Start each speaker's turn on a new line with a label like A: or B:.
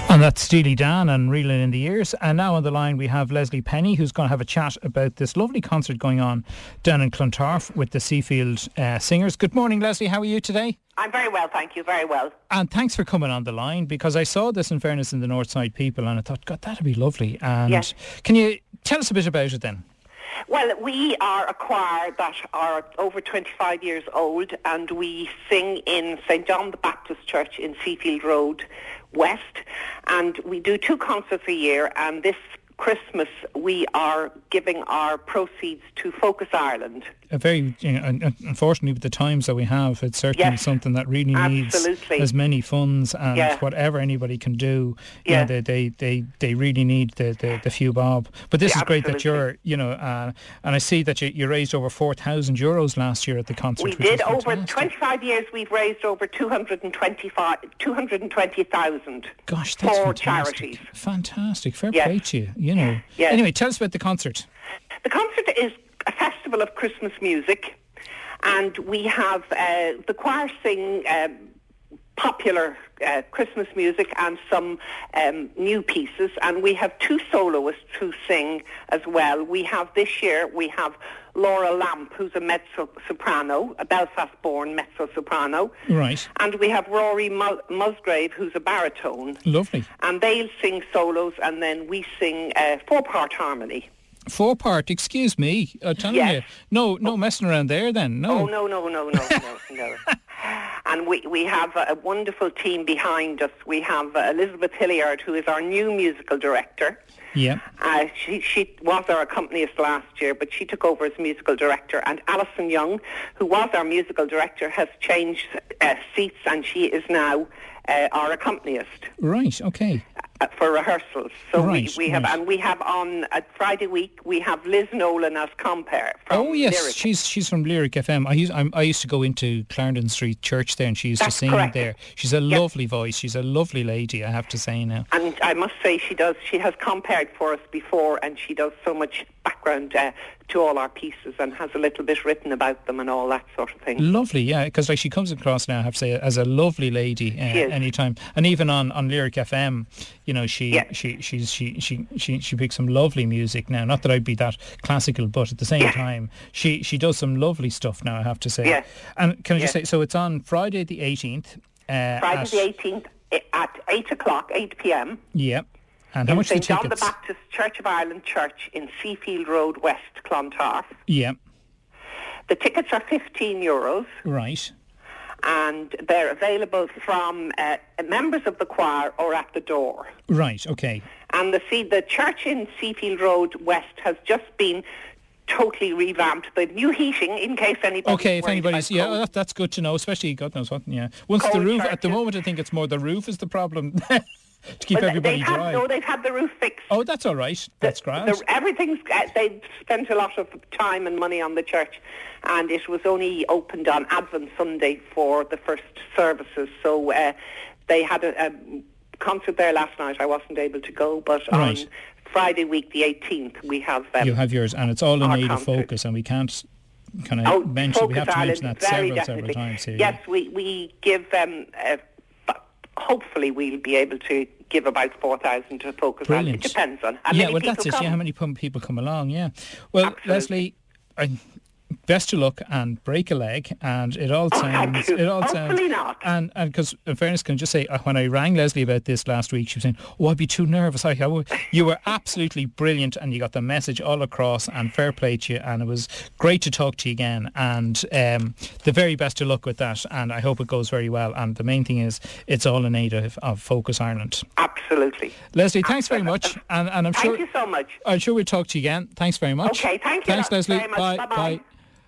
A: that's Steely Dan and Reeling in the Ears. And now on the line we have Leslie Penny, who's going to have a chat about this lovely concert going on down in Clontarf with the Seafield uh, Singers. Good morning, Leslie. How are you today?
B: I'm very well, thank you. Very well.
A: And thanks for coming on the line because I saw this in Fairness in the Northside People and I thought, God, that'd be lovely. And
B: Yes.
A: can you tell us a bit about it then?
B: Well, we are a choir that are over 25 years old and we sing in St John the Baptist Church in Seafield Road West and we do two concerts a year and this Christmas we are giving our proceeds to Focus Ireland.
A: A very, you know, un- un- unfortunately, with the times that we have, it's certainly
B: Yes.
A: something that really
B: Absolutely.
A: needs as many funds and
B: Yeah.
A: whatever anybody can do. You
B: Yeah.
A: know, they, they, they, they really need the, the, the few bob. But this
B: Yeah,
A: is great that
B: absolutely.
A: you're, you know, uh, and I see that you, you raised over 4,000 euros last year at the concert.
B: We
A: which was
B: did over
A: fantastic.
B: 25 years we've raised over 225 220,000
A: Gosh,
B: for
A: that's fantastic.
B: charities.
A: Fantastic. Fair
B: Yes.
A: play to you, you know.
B: Yes.
A: Anyway, tell us about the concert.
B: The concert is a festival of Christmas music, and we have uh, the choir sing um, popular uh, Christmas music and some um, new pieces, and we have two soloists who sing as well. We have this year we have Laura Lamp, who's a mezzo soprano, a Belfast-born mezzo soprano,
A: Right.
B: and we have Rory Mu- Musgrave, who's a baritone,
A: Lovely.
B: and they'll sing solos, and then we sing uh, four-part harmony.
A: Four part, excuse me. I'm telling
B: Yes.
A: you. No, no messing around there then. No.
B: Oh no no no no no no. And we, we have a wonderful team behind us. We have uh, Elizabeth Hilliard, who is our new musical director.
A: Yeah.
B: Uh, she, she was our accompanist last year, but she took over as musical director. And Alison Young, who was our musical director, has changed uh, seats and she is now uh, our accompanist
A: Right, okay.
B: uh, for rehearsals. So
A: Right,
B: we, we have,
A: right.
B: and we have on uh, Friday week, we have Liz Nolan as compere from
A: Oh yes,
B: Lyric.
A: she's she's from Lyric FM. I used I'm, I used to go into Clarendon Street Church there, and she used
B: That's
A: to sing
B: correct.
A: there. She's a lovely voice. She's a lovely lady. I have to say now.
B: And I must say, she does. She has compared for us before, and she does so much background uh, to all our pieces, and has a little bit written about them and all that sort of thing.
A: Lovely, yeah, because like she comes across now, I have to say, as a lovely lady. Uh,
B: She is.
A: anytime, and even on, on Lyric FM, you know, she
B: Yeah.
A: she she's she she she she picks some lovely music now. Not that I'd be that classical, but at the same
B: Yeah.
A: time, she she does some lovely stuff now. I have to say.
B: Yeah.
A: And can I just
B: Yeah.
A: say, so it's on Friday the eighteenth. Uh,
B: Friday
A: at-
B: the eighteenth eh, at eight o'clock, eight p.m.
A: Yeah. And how
B: in
A: much are the
B: St John the
A: tickets?
B: Baptist Church of Ireland Church in Seafield Road, West Clontarf.
A: Yeah.
B: The tickets are fifteen euros,
A: Right.
B: and they're available from uh, members of the choir or at the door.
A: Right. Okay.
B: And the, see, the church in Seafield Road West has just been totally revamped. The new heating, in case anybody.
A: Okay. If anybody's yeah, uh, that, that's good to know. Especially God knows what. Yeah. Once the
B: Cold
A: roof at the
B: churches.
A: moment, I think it's more the roof is the problem to keep everybody
B: they've had,
A: dry.
B: no, they've had the roof fixed.
A: oh, that's all right. That's grand.
B: The, everything's. Uh, they spent a lot of time and money on the church, and it was only opened on Advent Sunday for the first services. So uh, they had a, a concert there last night. I wasn't able to go, but
A: Right.
B: on Friday week the 18th we have. Um,
A: you have yours, and it's all in
B: our
A: aid of
B: concert.
A: focus, and we can't kind of
B: Oh,
A: mention. We
B: Focus
A: have to mention
B: Ireland,
A: that
B: very
A: several
B: definitely.
A: several times here. yeah.
B: Yes, we, we give them, uh, f- hopefully we'll be able to give about 4,000 to Focus Ireland.
A: Brilliant.
B: It depends on how
A: yeah,
B: many
A: well,
B: people
A: that's it.
B: come.
A: Yeah, how many pum- people come along? Yeah. Well,
B: Absolutely.
A: Leslie, I, best of luck and break a leg, and it all
B: Oh, thank
A: sounds.
B: you.
A: It all
B: Hopefully
A: sounds.
B: not.
A: And and because in fairness, can I just say uh, when I rang Leslie about this last week, she was saying, "Oh, I'd be too nervous." I, I would. you were absolutely brilliant, and you got the message all across. And fair play to you, and it was great to talk to you again. And um, the very best of luck with that, and I hope it goes very well. And the main thing is, it's all in aid of, of Focus Ireland.
B: Absolutely.
A: Leslie, thanks very much, and and I'm
B: Thank
A: sure.
B: you so much.
A: I'm sure we'll talk to you again. Thanks very much.
B: Okay, thank you
A: Thanks,
B: lo-
A: Leslie.
B: very much.
A: Bye.
B: Bye-bye.
A: Bye.